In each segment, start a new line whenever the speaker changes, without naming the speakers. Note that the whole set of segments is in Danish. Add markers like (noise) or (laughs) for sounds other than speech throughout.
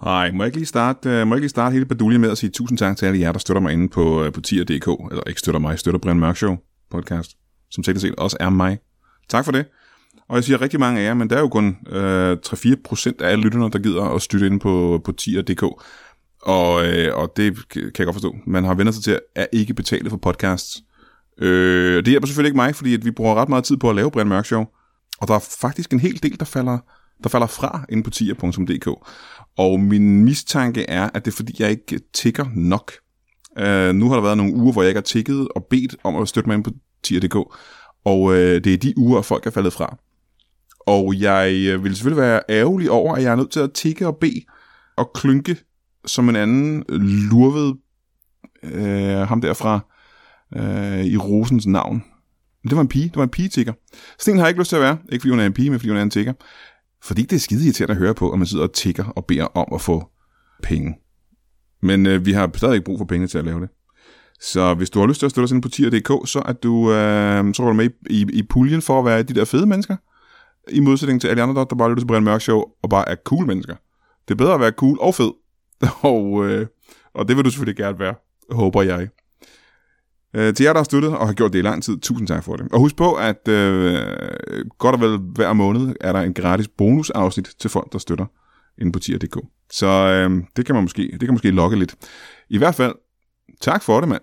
Hej, må jeg ikke lige starte, øh, må jeg ikke lige starte hele baduljen med at sige tusind tak til alle jer, der støtter mig inde på, øh, på tier.dk, eller ikke støtter mig, støtter Brian Mørk Show podcast, som teknisk set også er mig. Tak for det. Og jeg siger rigtig mange af jer, men der er jo kun øh, 3-4 procent af alle lytterne, der gider at støtte inde på, på tier.dk. Og, øh, og det kan jeg godt forstå. Man har vendt sig til at ikke betale for podcasts. Øh, det hjælper selvfølgelig ikke mig, fordi at vi bruger ret meget tid på at lave Brian Mørk Show. Og der er faktisk en hel del, der falder, der falder fra inde på tier.dk. Og min mistanke er, at det er fordi, jeg ikke tigger nok. Øh, nu har der været nogle uger, hvor jeg ikke har tigget og bedt om at støtte mig ind på tier.dk. Og øh, det er de uger, folk er faldet fra. Og jeg øh, vil selvfølgelig være ærgerlig over, at jeg er nødt til at tikke og bede og klynke som en anden lurved øh, ham derfra øh, i Rosens navn. Men det var en pige. Det var en pige-tigger. Sten har jeg ikke lyst til at være. Ikke fordi hun er en pige, men fordi hun er en tigger. Fordi det er skide irriterende at høre på, at man sidder og tigger og beder om at få penge. Men øh, vi har stadig ikke brug for penge til at lave det. Så hvis du har lyst til at støtte os ind på tier.dk, så er du, øh, så er du med i, i, i puljen for at være de der fede mennesker. I modsætning til alle andre, der bare lytter til Brian Mørk Show og bare er cool mennesker. Det er bedre at være cool og fed. (laughs) Og, øh, og det vil du selvfølgelig gerne være, håber jeg. Øh, til jer, der har støttet og har gjort det i lang tid, tusind tak for det. Og husk på, at øh, godt og vel hver måned er der en gratis bonusafsnit til folk, der støtter inde på tier.dk. Så øh, det kan man måske, det kan måske lokke lidt. I hvert fald, tak for det, mand.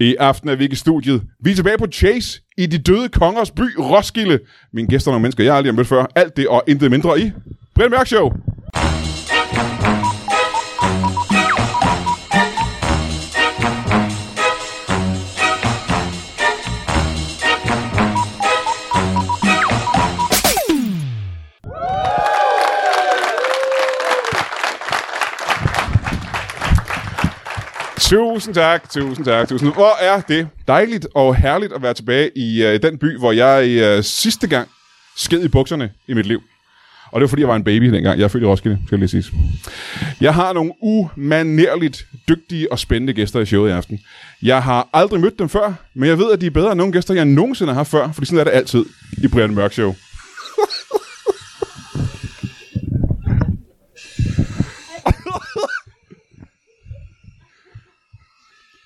I aften er vi ikke i studiet. Vi er tilbage på Chase i de døde kongers by, Roskilde. Mine gæster er nogle mennesker, jeg aldrig har mødt før. Alt det og intet mindre i Brian Mørk Show. Tusind tak, tusind tak, tusind. Hvor er det dejligt og herligt at være tilbage i øh, den by, hvor jeg øh, sidste gang sked i bukserne i mit liv. Og det var, fordi jeg var en baby dengang. Jeg er født i Roskilde, skal jeg lige sige. Jeg har nogle umanerligt dygtige og spændende gæster i showet i aften. Jeg har aldrig mødt dem før, men jeg ved, at de er bedre end nogle gæster, jeg nogensinde har haft før, fordi sådan er det altid i Brian Mørk Show.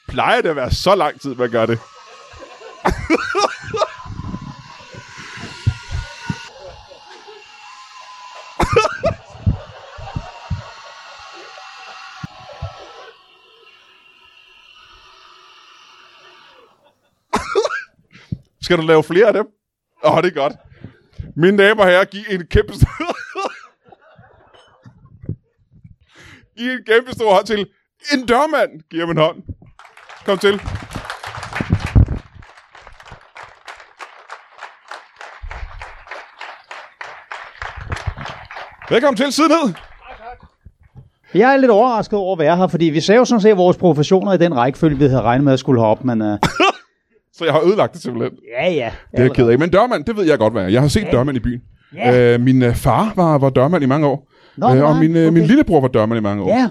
plejer det at være så lang tid, man gør det. Skal du lave flere af dem? Åh, oh, det er godt. Mine damer og herrer, giv en kæmpe stor... (laughs) giv en kæmpe stor hånd til en dørmand. Giv ham en hånd. Kom til. Velkommen til. Sid ned.
Jeg er lidt overrasket over at være her, fordi vi sagde jo sådan set vores professioner i den rækkefølge, vi havde regnet med at skulle herop, men uh,
Så jeg har ødelagt det simpelthen.
ja, ja.
Det er jeg ked af. Men dørmand, det ved jeg godt, hvad jeg er. Jeg har set dørmand i byen.
Ja.
Øh, min øh, far var, var dørmand i mange år.
Nå,
øh, og
nej,
min, øh, min
okay.
lillebror var dørmand i mange år.
Ja,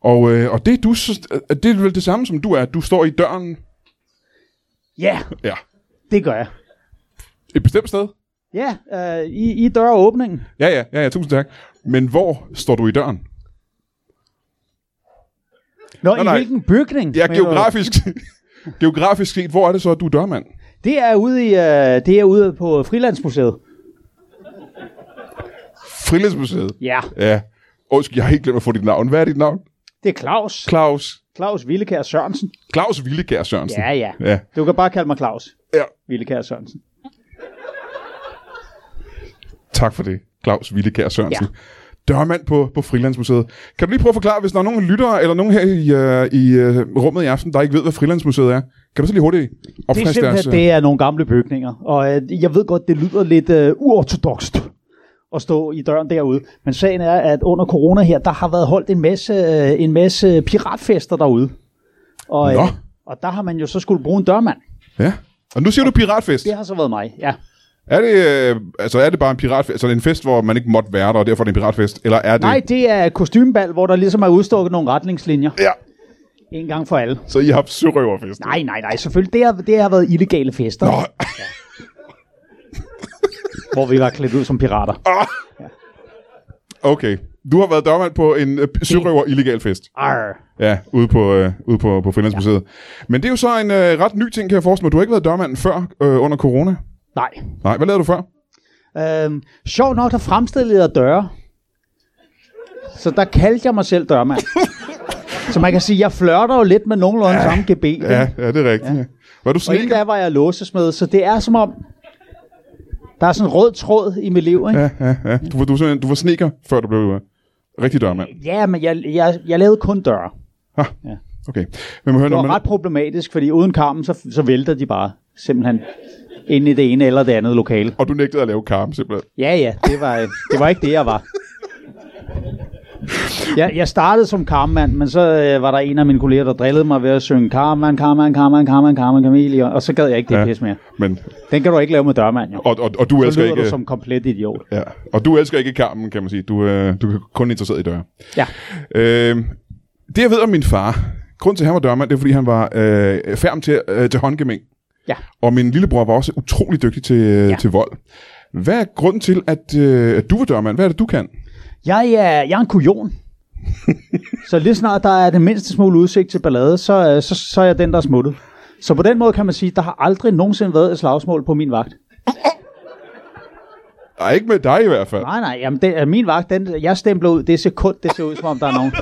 Og, øh, og det, er du, så- øh, det er vel det samme, som du er. Du står i døren
ja,
ja,
det gør jeg.
et bestemt sted.
Ja, uh, i, i døråbningen.
Ja, ja, ja, ja, tusind tak. Men hvor står du i døren?
Nå, Nå i
nej.
hvilken bygning?
Ja,
mener du?
geografisk, (laughs) geografisk set, hvor er det så, at du er dørmand?
Det er ude, i, uh, det er ude på Frilandsmuseet.
Frilandsmuseet.
Ja,
Ja. Undskyld, jeg har helt glemt at få dit navn. Hvad er dit navn?
det er Claus.
Claus.
Claus Villekær Sørensen.
Claus Villekær Sørensen.
Ja, ja.
Ja.
Du kan bare kalde mig Claus
ja.
Villekær Sørensen.
Tak for det, Claus Villekær Sørensen. Ja. Dørmand på, på Frilandsmuseet. Kan du lige prøve at forklare, hvis der er nogen lyttere eller nogen her i, øh, i øh, rummet i aften, der ikke ved, hvad Frilandsmuseet er? Kan du så lige hurtigt
Det er
altså.
opfriske deres...
simpelthen,
øh,
det er nogle gamle bygninger, og øh, jeg ved godt, det lyder lidt øh, uortodokst at stå i døren derude. Men sagen er, at under corona her, der har været holdt en masse, øh, en masse piratfester derude. Og, øh,
Nå.
og der har man jo så skulle bruge en dørmand.
Ja. Og nu siger du piratfest.
Det har så været mig, ja.
Er det, øh, altså, er det bare en piratfest? Altså, er det en fest, hvor man ikke måtte være der, og derfor er det en piratfest? Eller er det...
Nej, det er kostymbal, hvor der ligesom er udstukket nogle retningslinjer.
Ja,
En gang for alle.
så I har haft sørøverfest.
Nej, nej, nej, selvfølgelig. Det har, det har været illegale fester,
Nå,
Nå. hvor vi var klædt ud som pirater.
okay. Du har været dørmand på en øh, sørøver illegal fest.
Arr.
Ja, ude på, øh, ude på, på Finlandsmuseet. Ja. Men det er jo så en øh, ret ny ting, kan jeg forestille mig. Du har ikke været dørmanden før øh, under corona.
Nej.
Nej, hvad lavede du før?
Øhm, sjovt nok, der fremstillede jeg døre. Så der kaldte jeg mig selv
(laughs)
dørmand. Så man kan sige, jeg flørter jo lidt med nogenlunde samme GB.
Ja, ja det er rigtigt. Ja. Var
Og
du
inden
sneaker?
da var jeg låsesmed, så det er som om, der er sådan en rød tråd i mit liv, ikke?
Ja, ja, ja. Du, var, du, var simpelthen- du var sneaker, før du blev øh, rigtig dørmand.
Ja, men jeg, jeg, jeg lavede kun døre.
Okay. Men må høre,
Det
når
var
man,
ret problematisk, fordi uden karmen, så, så vælter de bare simpelthen ind i det ene eller det andet lokale.
og du nægtede at lave karm, simpelthen.
Ja, ja, det var, øh, det var ikke det, jeg var. Jeg, jeg startede som karmand, men så øh, var der en af mine kolleger, der drillede mig ved at synge karmand, karmand, karmand, karmand, karmand, kamelion, og så gad jeg ikke det
Ja.
ja. pis mere.
Men,
Den kan du ikke lave med dørmand, jo.
og, og, og du
Så
elsker
lyder
ikke...
du som komplet idiot.
Ja. Og du elsker ikke karmen, kan man sige. Du, øh, du er kun interesseret i døre.
Ja.
Øh, det jeg ved om min far, grund til, at han var dørmand, det er, fordi han var øh, færm til, øh, til håndgemæng.
Ja.
Og min lillebror var også utrolig dygtig til, øh, ja. til vold. Hvad er grunden til, at, øh, at du var dørmand? Hvad er det, du kan?
Jeg er, jeg er en
(laughs)
kujon. så lige snart der er den mindste smule udsigt til ballade, så, øh, så, så er jeg den, der er smuttet. Så på den måde kan man sige, der har aldrig nogensinde været et slagsmål på min vagt.
Nej, ikke med dig i hvert fald.
Nej, nej, jamen det, øh, min vagt, den, jeg stempler ud det sekund, det ser ud som om der er nogen.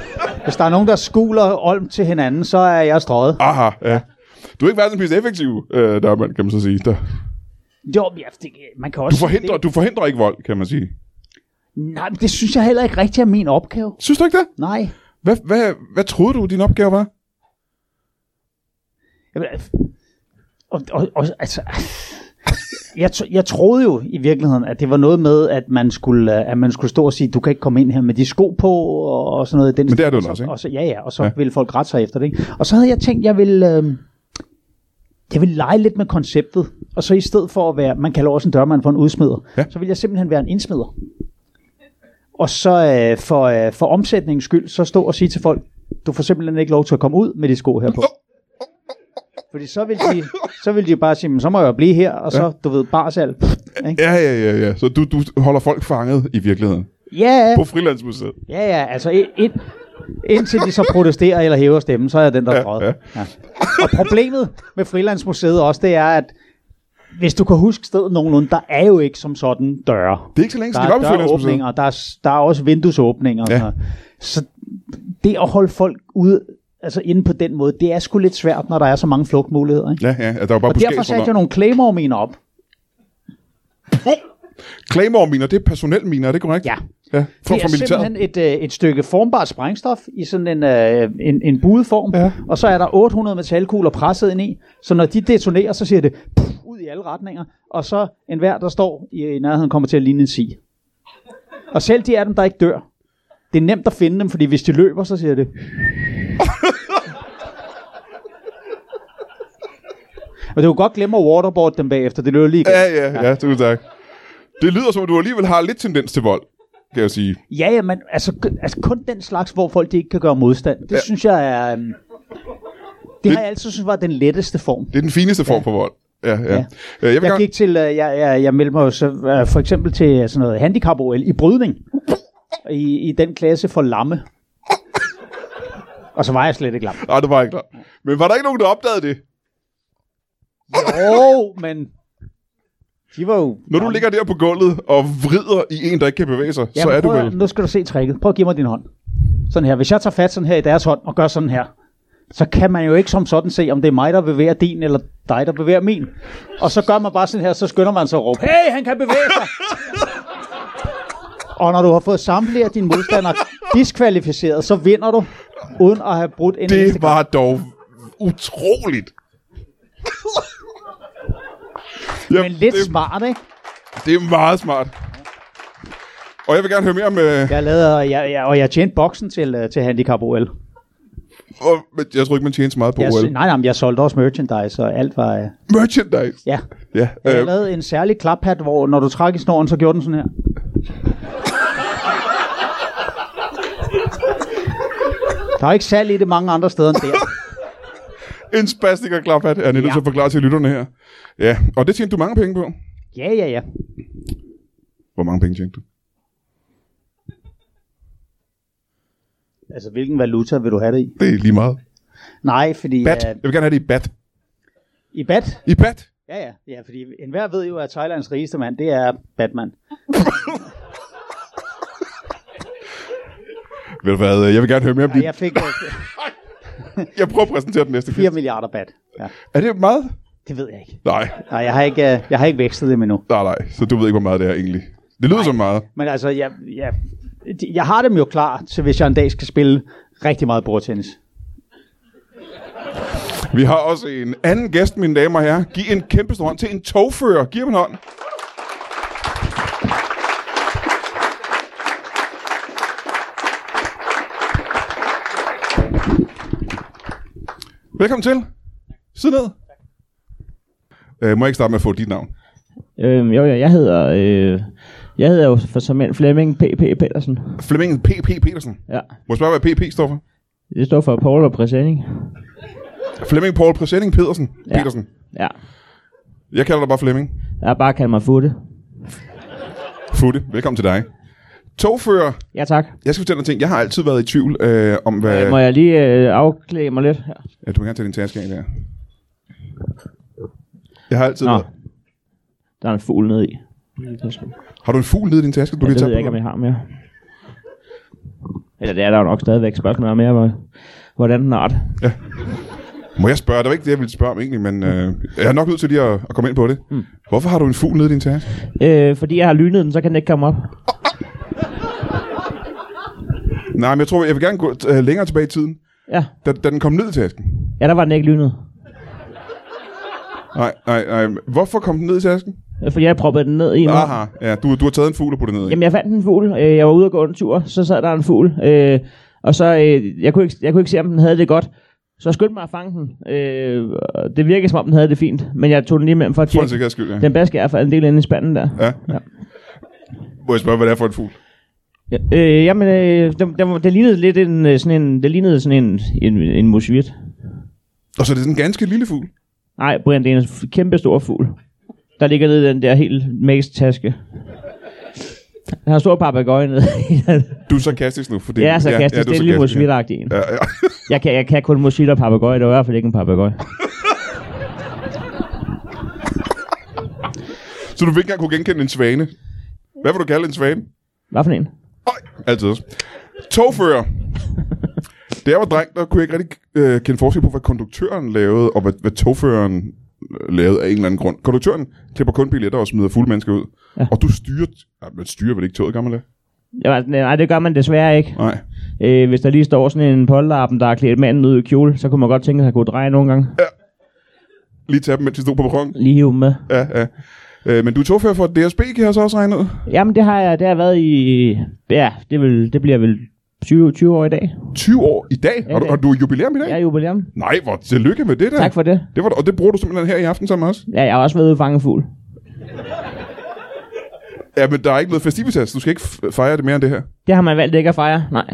Hvis der er nogen, der skuler olm til hinanden, så er jeg strøget.
Aha, ja. Du er ikke verdens mest effektiv øh, dørmand, kan man så sige. Der.
Jo, men ja, det, man kan
Du,
også...
forhindrer, du forhindrer ikke vold, kan man sige.
Det, nej, men det synes jeg heller ikke rigtig er min opgave.
Synes du ikke det?
Nej.
Hvad, hvad, hvad troede du, din opgave var?
Jamen, øh, og, og, og, altså, jeg, tro- jeg troede jo i virkeligheden, at det var noget med, at man skulle, øh, at man skulle stå og sige, du kan ikke komme ind her med de sko på, og, og sådan noget. i Den
Men det er det
stil.
jo også, ikke?
Og så, ja, ja, og så
Ja.
ja. ville folk rette sig efter det. Ikke? Og så havde jeg tænkt, jeg ville, øh, jeg ville lege lidt med konceptet, og så i stedet for at være, man kalder også en dørmand for en udsmider,
Ja.
ja. så ville jeg simpelthen være en indsmider. Og så øh, for, øh, for omsætningens skyld, så stå og sige til folk, du får simpelthen ikke lov til at komme ud med de sko her på. Fordi så vil de, så vil de bare sige, "Men så må jeg jo blive her, og så, du ved, barsal. Ikke?
Ja, ja, ja, ja. Så du, du holder folk fanget i virkeligheden.
Ja,
På Frilandsmuseet.
ja, ja, altså ind, ind, indtil de så protesterer eller hæver stemmen, så er jeg den, der er
ja.
strøget. Ja. Og problemet med Frilandsmuseet også, det er, at hvis du kan huske stedet nogenlunde, der er jo ikke som sådan døre.
Det er ikke så længe,
Der
siden de var
er
på Frilandsmuseet.
døråbninger, og der er, s- der er også vinduesåbninger.
Ja.
Ja. Så det at holde folk ude, altså inde på den måde, det er sgu lidt svært, når der er så mange flugtmuligheder. Ikke?
Ja, ja, der var bare
Og derfor satte jeg nogle claymore-miner op.
Claymore-miner, det er personelminer, er det korrekt?
Ja.
ja fra,
Det
fra
er
militæret.
simpelthen et, øh, et stykke formbart sprængstof i sådan en, øh, en, en budeform,
Ja.
ja. og så er der 800 metalkugler presset ind i, så når de detonerer, så siger det puff, ud i alle retninger, og så enhver, der står i, i nærheden, kommer til at ligne en sig. Og selv de af dem, der ikke dør, det er nemt at finde dem, fordi hvis de løber, så siger det... Og det er jo godt glemme at waterboard dem bagefter, det løber lige igen.
Ja, ja, ja, ja tusind tak. Det lyder som, at du alligevel har lidt tendens til vold, kan jeg sige.
Ja, ja, men altså, k- altså kun den slags, hvor folk de ikke kan gøre modstand. Det
Ja.
ja. synes jeg er... øhm, det har jeg altid synes var den letteste form.
Det er den fineste form ja. for vold. Ja, ja. ja.
Ja.
Jeg vil
Jeg
gerne...
gik til, øh, jeg, jeg, jeg meldte mig jo så, øh, for eksempel til sådan noget handicap-OL i brydning. I, I den klasse for lamme. Og så var jeg slet ikke lam.
Nej, det var jeg ikke klar. Men var der ikke nogen, der opdagede det?
(laughs) Jo, men... De var jo...
Når du ligger der på gulvet og vrider i en, der ikke kan bevæge sig, ja, så
Jamen,
er du
prøv at-
vel...
Nu skal du se tricket. Prøv at give mig din hånd. Sådan her. Hvis jeg tager fat sådan her i deres hånd og gør sådan her, så kan man jo ikke som sådan se, om det er mig, der bevæger din, eller dig, der bevæger min. Og så gør man bare sådan her, så skynder man sig at råbe, hey, han kan bevæge sig! og når du har fået samtlige af dine modstandere diskvalificeret, så vinder du, uden at have brudt en eneste
Det
gang.
var dog
(laughs)
utroligt. ja,
Men lidt
det,
smart, ikke?
det er meget smart. Og jeg vil gerne høre mere om... Øh,
Jeg lavede, jeg, jeg, og jeg tjente boksen til, øh, til Handicap OL.
og, men jeg tror ikke, man tjener så meget på
Jeg,
OL.
nej, nej, men jeg solgte også merchandise, og alt var... øh,
Merchandise!
Ja.
Ja,
Jeg
øh,
lavede en særlig klaphat, hvor når du trak i snoren, så gjorde den sådan her. Der er ikke salg i det mange andre steder end der.
en spastiker klaphat. Jeg er nødt
Ja.
til at forklare til lytterne her. Ja, og det tjente du mange penge på.
Ja, ja, ja.
Hvor mange penge tjente du?
Altså, hvilken valuta vil du have det i?
Det er lige meget.
Nej, fordi...
Bat.
øh,
Jeg vil gerne have det i bat.
I bat?
I bat?
Ja, ja, ja, fordi enhver ved jo, at Thailands rigeste mand, det er Batman.
Ved du hvad, øh, jeg vil gerne høre mere om
Og
det.
jeg fik (laughs) øh,
Jeg prøver at præsentere den næste
4
quiz.
milliarder bat. Ja,
Er det meget?
det ved jeg ikke.
Nej,
Nej, jeg har ikke, øh, jeg har ikke vækstet dem endnu.
nej, nej. Så du ved ikke, hvor meget det er egentlig. Det lyder som meget.
Men altså, jeg, jeg, de- jeg har dem jo klar til, hvis jeg en dag skal spille rigtig meget bordtennis.
Vi har også en anden gæst, mine damer og herrer. Giv en kæmpe stor hånd til en togfører. Giv ham en hånd. Velkommen til. Sid ned. Øh, må jeg ikke starte med at få dit navn?
Øhm, jo, jo, jeg hedder... Øh, jeg hedder jo for som en Flemming P.P. Petersen.
Flemmingen P.P. Petersen.
Ja.
Må jeg spørge, hvad P.P. står for?
Det står for Paul og Præsending.
Flemming Paul Præsending Pedersen.
Ja.
Petersen.
Ja.
Jeg kalder dig bare Flemming.
Jeg har bare kaldt mig Futte.
Futte, velkommen til dig. Togfører,
Ja, tak.
jeg skal fortælle dig en ting. Jeg har altid været i tvivl øh, om, hvad...
Øh, må jeg lige øh, afklæde mig lidt her?
Ja, du må gerne tage din taske af der. Jeg har altid
Nå.
været...
Der er en fugl nede i.
Har du en fugl nede i din taske, du
Ja,
lige
det ved
tager
jeg ikke,
på?
om
dig?
jeg har mere. Eller det er der jo nok stadigvæk spørgsmål om mere, hvor- hvordan den art.
Må jeg spørge? Det var ikke det, jeg ville spørge om egentlig, men øh, jeg er nok nødt til lige at, at komme ind på det. Mm. Hvorfor har du en fugl nede i din taske?
Øh, fordi jeg har lynet den, så kan den ikke komme op.
Nej, men jeg tror, jeg vil gerne gå øh, længere tilbage i tiden.
Ja,
Da, da den kom ned i tasken.
ja der var den ikke lynet.
Nej, nej, nej. Hvorfor kom den ned i tasken?
Øh, Fordi jeg proppede den ned i mig.
Aha, ja, du, du har taget en fugl og puttet ned i.
Jamen, jeg fandt en fugl. Øh, jeg var ude og gå en tur, så sad der en fugl. Øh, og så, øh, jeg, kunne ikke, jeg kunne ikke se, om den havde det godt. Så jeg skyndte mig at fange den. Øh, og det virkede, som om den havde det fint. Men jeg tog den lige med hjem for at
For en
tjekke.
sikkerheds skyld, ja.
Den basker er for en del inde i spanden der.
Ja.
Ja.
Må jeg spørge, hvad det er for en fugl?
Ja, Øh, jamen, øh, den, den, var- det lignede lidt en, øh, sådan en, det lignede sådan en, en, en musvirt.
Og så er det sådan en ganske lille fugl.
Nej, Brian, det er en f- kæmpe stor fugl. Der ligger nede i den der helt mæst taske. Han har en stor papegøje nede i den.
Du er sarkastisk nu. Fordi,
Ja, sarkastisk. Ja,
du
det er en lille
sarkastisk,
musvitteragtig en.
Ja, ja. (laughs)
Jeg kan, jeg kan kun musik og papegøje. Det var i hvert fald ikke en papegøje.
Så du vil ikke engang kunne genkende en svane. Hvad vil du kalde en svane?
Hvad for en?
Øj, altid også. Togfører. da jeg var dreng, der kunne jeg ikke rigtig øh, kende forskel på, hvad konduktøren lavede, og hvad, hvad togføreren øh, lavede af en eller anden grund. Konduktøren klipper kun billetter og smider fulde mennesker ud. Ja.
Ja.
Og du styrer... Ja, man styrer vel ikke toget, gør man det?
Ja, altså, nej, det gør man desværre ikke.
Nej.
Øh, hvis der lige står sådan en polterappen, der har klædt manden ud i kjole, så kunne man godt tænke, at han kunne dreje nogle gange.
Lige tage dem, mens de stod på perronen.
Lige hive dem med.
Ja, ja. Øh, men du er togfører for DSB, kan jeg så også regne ud?
Jamen, det har jeg, det har jeg været i... Ja, det, vil, det bliver vel 20, 20 år i dag.
20 år i dag?
Ja,
og,
i dag.
og du er jubilæum i dag?
Jeg er jubilæum.
Nej, hvor tillykke med det der.
Tak for det.
det var, og det bruger du simpelthen her i aften sammen også?
Ja, jeg har også været ude at fange fugl.
Ja, men der er ikke noget festivitas. Du skal ikke f- fejre det mere end det her.
Det har man valgt ikke at fejre. Nej.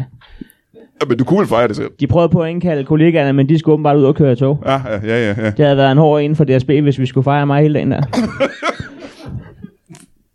Ja, men du kunne vel fejre det selv.
De prøvede på at indkalde kollegaerne, men de skulle åbenbart ud og køre i tog.
Ja, ja, ja, ja. ja.
Det havde været en hård en for DSB, hvis vi skulle fejre mig hele dagen der.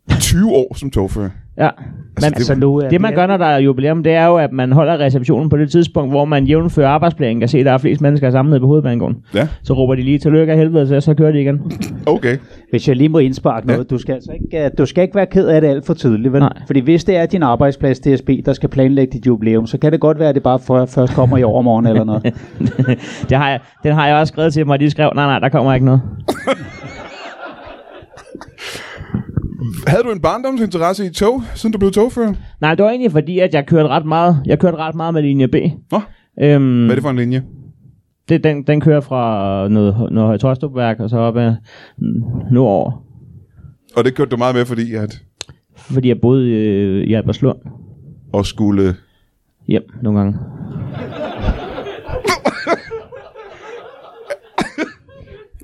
20 år som togfører.
Ja. Men,
Altså, nu er
Det man
vi-
gør, når der er jubilæum, det er jo, at man holder receptionen på det tidspunkt, hvor man jævnfører arbejdsplanen kan se, at der er flest mennesker samlet på hovedbanegården.
Ja,
Så råber de lige, tillykke af helvede, så, så kører de igen. (laughs)
okay.
Hvis jeg lige må indsparke
Ja.
noget, du skal altså ikke, øh, du skal ikke være ked af det alt for tidligt, vel?
Nej.
Fordi hvis det er din arbejdsplads DSB, der skal planlægge dit jubilæum, så kan det godt være, at det bare for, først kommer i overmorgen eller noget.
(laughs) det har jeg, den har jeg også skrevet til dem, og de skrev, nej, nej, der kommer ikke noget.
Havde du en barndomsinteresse i tog, siden du blev togfører?
Nej, det var egentlig fordi, at jeg kørte ret meget, jeg kørte ret meget med linje B.
Nå,
Øhm,
hvad er det for en linje?
det, den, den kører fra noget, noget Højtorstrupværk og så op ad nordover.
Og det kørte du meget med, fordi at...
fordi jeg boede øh, i Albertslund.
Og skulle...
Hjem nogle gange.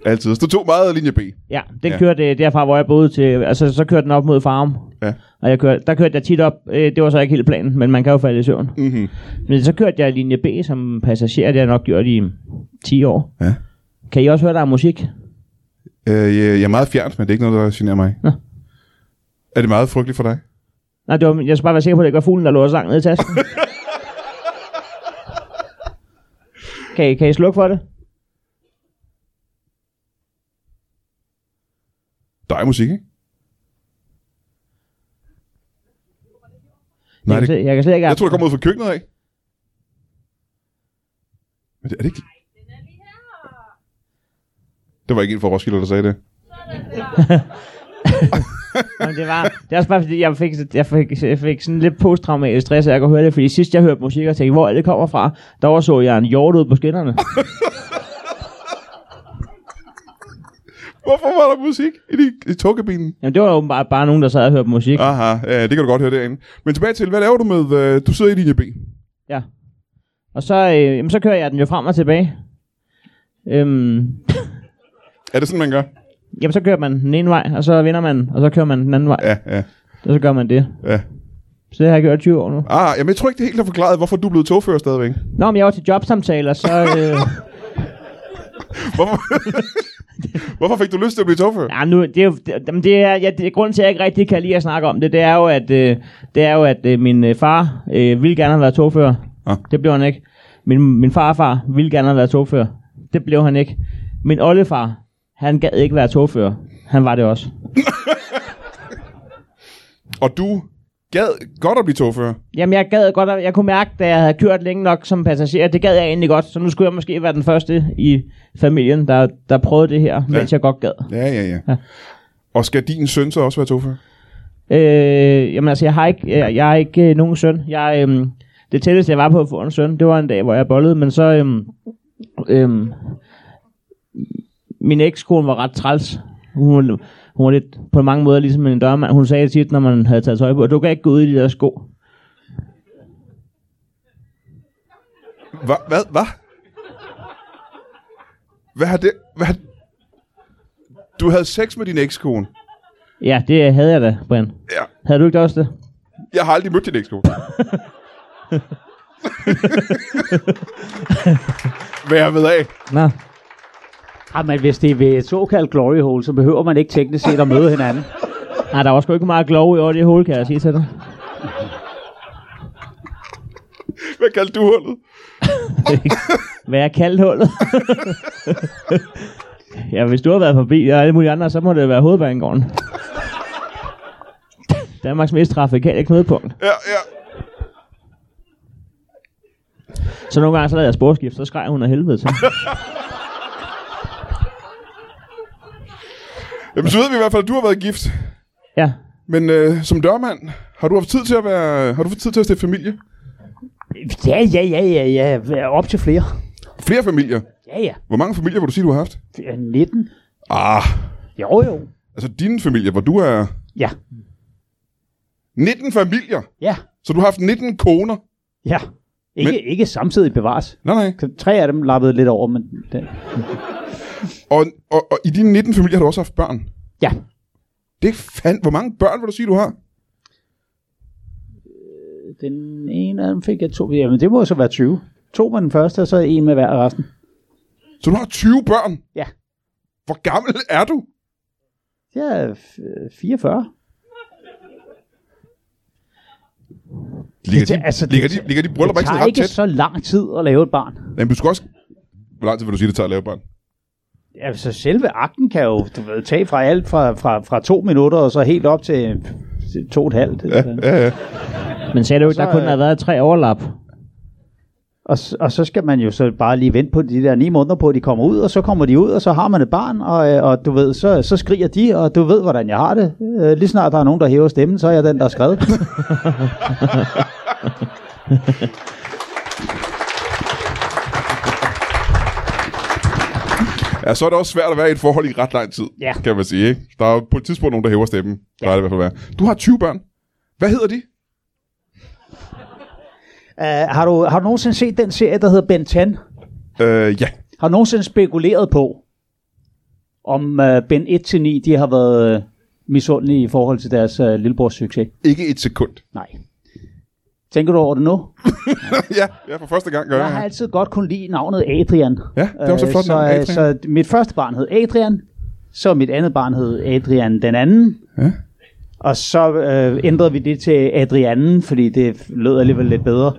Altid. Så tog meget linje B.
Ja, den
Ja.
ja. kørte øh, derfra, hvor jeg boede til... Altså, så kørte den op mod Farum.
Ja.
Og jeg kørte, der kørte jeg tit op. Øh, det var så ikke helt planen, men man kan jo falde i søvn.
Mm-hmm.
Men så kørte jeg linje B som passager. Det har jeg nok gjort i 10 år.
Ja.
Kan I også høre, der er musik?
Øh, jeg, jeg er meget fjernt, men det er ikke noget, der generer mig.
Nå.
Er det meget frygteligt for dig?
Nej, det var, jeg skal bare være sikker på, at det ikke var fuglen, der lå og sang ned i
(laughs)
tasken. kan, I, kan I slukke for det?
Der er musik, ikke?
Jeg,
Nej,
kan,
det,
slet- jeg kan slet ikke...
jeg tror, det kommer ud fra køkkenet af. Men det, er det ikke... Det var ikke en fra Roskilde, der sagde det.
Jamen, det, var, det er også bare fordi, jeg fik, jeg fik, jeg fik sådan lidt posttraumatisk stress, at jeg kunne høre det. Fordi sidst jeg hørte musik og tænkte, hvor er det kommer fra, der overså jeg en hjort ud på skinnerne.
Hvorfor var der musik i, de, i togkabinen?
Jamen, det var åbenbart bare nogen, der sad og hørte musik. Ja.
Aha, ja, det kan du godt høre derinde. Men tilbage til, hvad laver du med... Øh, du sidder i linje B.
ja. Og så, øh, jamen, så kører jeg den jo frem og tilbage. Øhm,
Er det sådan, man gør?
jamen, så kører man den ene vej, og så vinder man, og så kører man den anden vej,
Ja, ja,
og så gør man det.
ja.
Så det har jeg gjort i 20 år nu.
Ah, jamen, jeg tror ikke, det helt har forklaret, hvorfor du er blevet togfører stadigvæk.
Nå, men jeg var til jobsamtaler, så... Øh,
Hvorfor, (laughs) hvorfor fik du lyst til at blive togfører?
ja, nu, det er jo... Det, jamen, det er, ja, det er grunden til, at jeg ikke rigtig kan lide at snakke om det, det er jo, at, øh, det er jo, at øh, min øh, far øh, ville gerne have været togfører.
Ah.
Det blev han ikke. Min, min farfar ville gerne have været togfører. Det blev han ikke. Min oldefar, han gad ikke være togfører. Han var det også.
Og du gad godt at blive togfører.
Jamen, jeg gad godt, at jeg kunne mærke, da jeg havde kørt længe nok som passager, det gad jeg egentlig godt, så nu skulle jeg måske være den første i familien, der, der prøvede det her, ja. mens jeg godt gad.
Ja, ja, ja,
Ja.
Og skal din søn så også være togfører?
Øh, jamen altså, jeg har ikke, jeg, jeg har ikke øh, nogen søn. Jeg, øhm, det tætteste, jeg var på at få en søn, det var en dag, hvor jeg bollede, men så... Øhm, øhm, min ekskone var ret træls. Hun, var- hun var lidt på mange måder ligesom en dørmand. Hun sagde tit, når man havde taget tøj på, du kan ikke gå ud i de der sko.
Hvad? Hvad? Hva? Hvad har det... Hvad? har- Du havde sex med din ekskone.
Ja, det havde jeg da, Brian.
Ja.
Havde du ikke det også det?
Jeg har aldrig mødt din ekskone. Hvad jeg ved af.
Nå.
Ah, men hvis det er ved et såkaldt glory hole, så behøver man ikke teknisk set at møde hinanden.
Nej, der var sgu ikke meget glow i over det hul, kan jeg sige til dig.
Hvad kaldte du hullet?
Hvad jeg kaldte hullet. ja, hvis du har været forbi og alle mulige andre, så må det være hovedbanegården. Danmarks mest trafikale knudepunkt.
Ja, ja.
Så nogle gange så lavede jeg sporskift, så skreg hun af helvede til.
Jamen, så ved vi i hvert fald, at du har været gift.
Ja,
Men øh, som dørmand, har du haft tid til at være... Har du fået tid til at stifte familie?
Ja, ja, ja, ja, ja. Op til flere.
Flere familier.
Ja, ja.
Hvor mange familier vil du sige, du har haft?
Det er 19.
Ah,
Jo, jo.
altså din familie, hvor du er...
Ja,
19 familier.
ja,
Så du har haft 19 koner.
ja. Ikke,
Men-
men... ikke samtidig bevares.
Nej, nej.
Tre af dem lappede lidt over, men... Den...
Og, og, og i dine 19 familier har du også haft børn.
Ja,
Det er fandt... Hvor mange børn vil du sige, du har?
den ene af dem fik jeg to. Jamen, det må så være 20. To med den første, og så en med hver af resten.
Så du har 20 børn?
Ja.
Hvor gammel er du?
Jeg er øh, 44.
Ligger de,
Det- altså, det-
ligger de, ligger de bryllupper
det
ikke
tager
sådan ret
ikke
tæt?
så lang tid at lave et barn.
Jamen, du skal også... Hvor lang tid vil du sige, det tager at lave børn?
Altså, selve akten kan jo du ved, tage fra alt fra, fra, fra to minutter, og så helt op til til to og et halvt. Eller sådan.
Ja, ja.
men sagde du ikke,
Så,
der kun
øh,
havde været tre overlap?
Og, s- og så skal man jo så bare lige vente på de der ni måneder på, at de kommer ud, og så kommer de ud, og så har man et barn, og, øh, og du ved, så, så skriger de, og du ved, hvordan jeg har det. Øh, Lige snart der er nogen, der hæver stemmen, så er jeg den, der er skrevet. Øh,
Ja, så er det også svært at være i et forhold i ret lang tid,
Ja.
kan man sige. Ikke? Der er jo på et tidspunkt nogen, der hæver stemmen. Ja. Der er det i hvert fald værd. Du har 20 børn. Hvad hedder de?
Uh, har, du, har du nogensinde set den serie, der hedder Ben 10?
Øh, ja.
Har du nogensinde spekuleret på, om uh, Ben 1-9, de har været uh, misundelige i forhold til deres uh, lillebrors succes?
Ikke et sekund.
Nej. Tænker du over det nu?
(laughs) ja, ja, for første gang gør
Jeg
jeg.
har altid godt kunne lide navnet Adrian.
Ja, det er også et
Øh,
flot
så,
navn, Adrian.
Så mit første barn hed Adrian, så mit andet barn hed Adrian den anden.
Ja.
Og så øh, ændrede vi det til Adrianen, fordi det lød alligevel lidt bedre.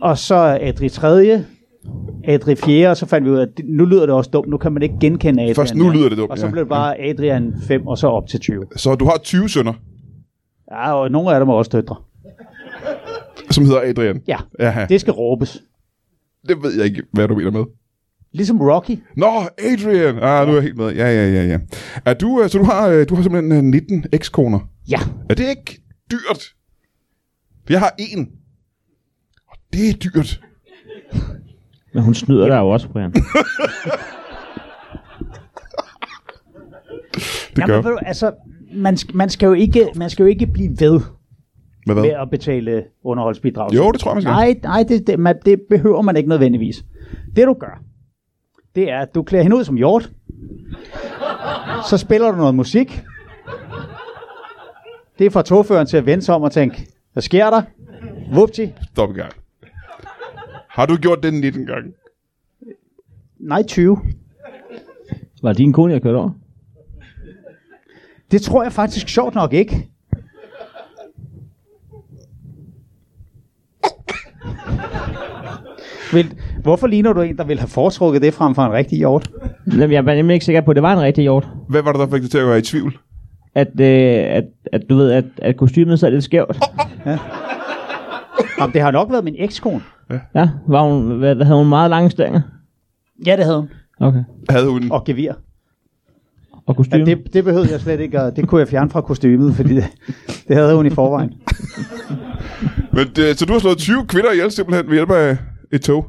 Og så Adri 3. Adri 4. Og så fandt vi ud af, at det- nu lyder det også dumt. Nu kan man ikke genkende Adrian.
Først nu
mere.
lyder det dumt,
Og så
ja.
blev det bare Adrian 5, og så op til 20.
Så du har 20 sønner,
Ja, og nogle af dem er også døtre.
som hedder Adrian.
Ja,
Ja, det...
det skal råbes.
det ved jeg ikke, hvad du mener med.
Ligesom Rocky.
Nå, Adrian! Ah, nu er jeg helt med. Ja, ja, ja, ja. Er du, øh, så du har, øh, du har simpelthen øh, 19 ekskoner.
Ja,
Er det ikke dyrt? Jeg har en. Og det er dyrt.
Men hun snyder dig jo også, Brian.
Det
Jamen,
gør.
ved du, altså, man, sk- man, skal jo ikke, man skal jo ikke blive ved
Hvad, hvad?
med at betale underholdsbidrag.
Jo, det tror jeg, man skal.
Nej, nej det, det, man, det behøver man ikke nødvendigvis. Det du gør, det er, at du klæder hende ud som hjort. Så spiller du noget musik. Det er fra togføreren til at vende sig om og tænke, hvad sker der? Vupti.
Stop i gang. Har du gjort det 19 gange?
Nej, 20.
Var din kone, jeg kørte over?
Det tror jeg faktisk sjovt nok ikke. Vil, hvorfor ligner du en, der ville have foretrukket det frem for en rigtig hjort?
Jamen, jeg var nemlig ikke sikker på, at det var en rigtig hjort.
Hvad var det, der fik dig til at være i tvivl?
At, øh, at, at du ved, at, at kostymet sad lidt skævt.
Jamen, det har nok været min ekskone.
Ja, var hun, hvad, havde hun meget lange stænger?
Ja, det havde hun.
Okay.
Havde hun...
Og gevir.
Og
Ja,
kostymet?
det, det behøvede jeg slet ikke, og det kunne jeg fjerne fra kostymet, fordi det, det havde hun i forvejen.
Men, det, så du har slået 20 kvinder ihjel simpelthen ved hjælp af et tog?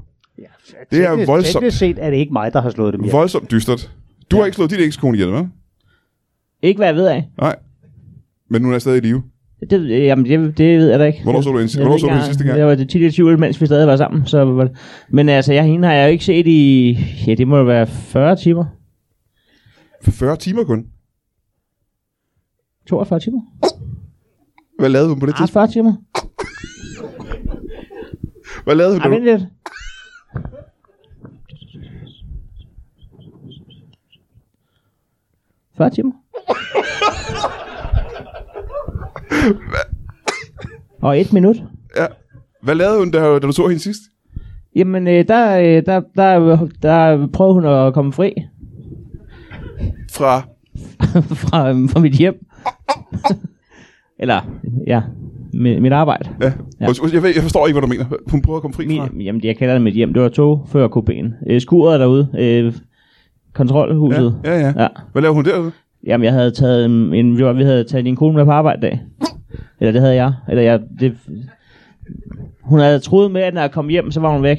Det er
Teknisk-
voldsomt.
Teknisk set er det ikke mig, der har slået dem
Ja.
ihjel.
Voldsomt dystert. Du ja. har ikke slået din ekskone ihjel, hva'?
Ikke hvad jeg ved af.
Nej. Men hun er stadig i live.
Det, øh, jamen, det, det ved jeg da ikke.
Hvornår så du hende-
Jeg
hvornår
ved
så du
ikke
hende
engang.
sidste gang?
Jeg var det tit i tvivl, mens vi stadig var sammen. Så, var det- men altså, jeg, hende har jeg jo ikke set i... Ja, det må jo være 40 timer.
For 40 timer kun.
42 timer?
Hvad lavede hun på det
Ah,
tidspunkt?
40 timer?
Hvad lavede hun?
Ej,
da
vent
du-
lidt. Fyrre timer. Og et minut.
Ja. Hvad lavede hun, da, da du så hende sidst?
Jamen, øh, der, øh, der, der, der prøvede hun at komme fri
Fra...
(laughs) fra, øhm, fra mit hjem.
(laughs)
Eller, ja, mit, mit arbejde.
Ja.
Ja.
ja. Jeg, ved, jeg forstår ikke, hvad du mener. Hun prøver at komme fri fra.
Min, jamen, jeg kalder det mit hjem. Det var tog før kopen. Øh, skuret derude. Øh, kontrolhuset.
Ja, ja, ja.
ja.
Hvad laver hun derude?
Jamen, jeg havde taget en, en jo, vi havde taget din kone med på arbejde i dag. Eller det havde jeg. Eller jeg, det, hun havde troet med, at når jeg kom hjem, så var hun væk.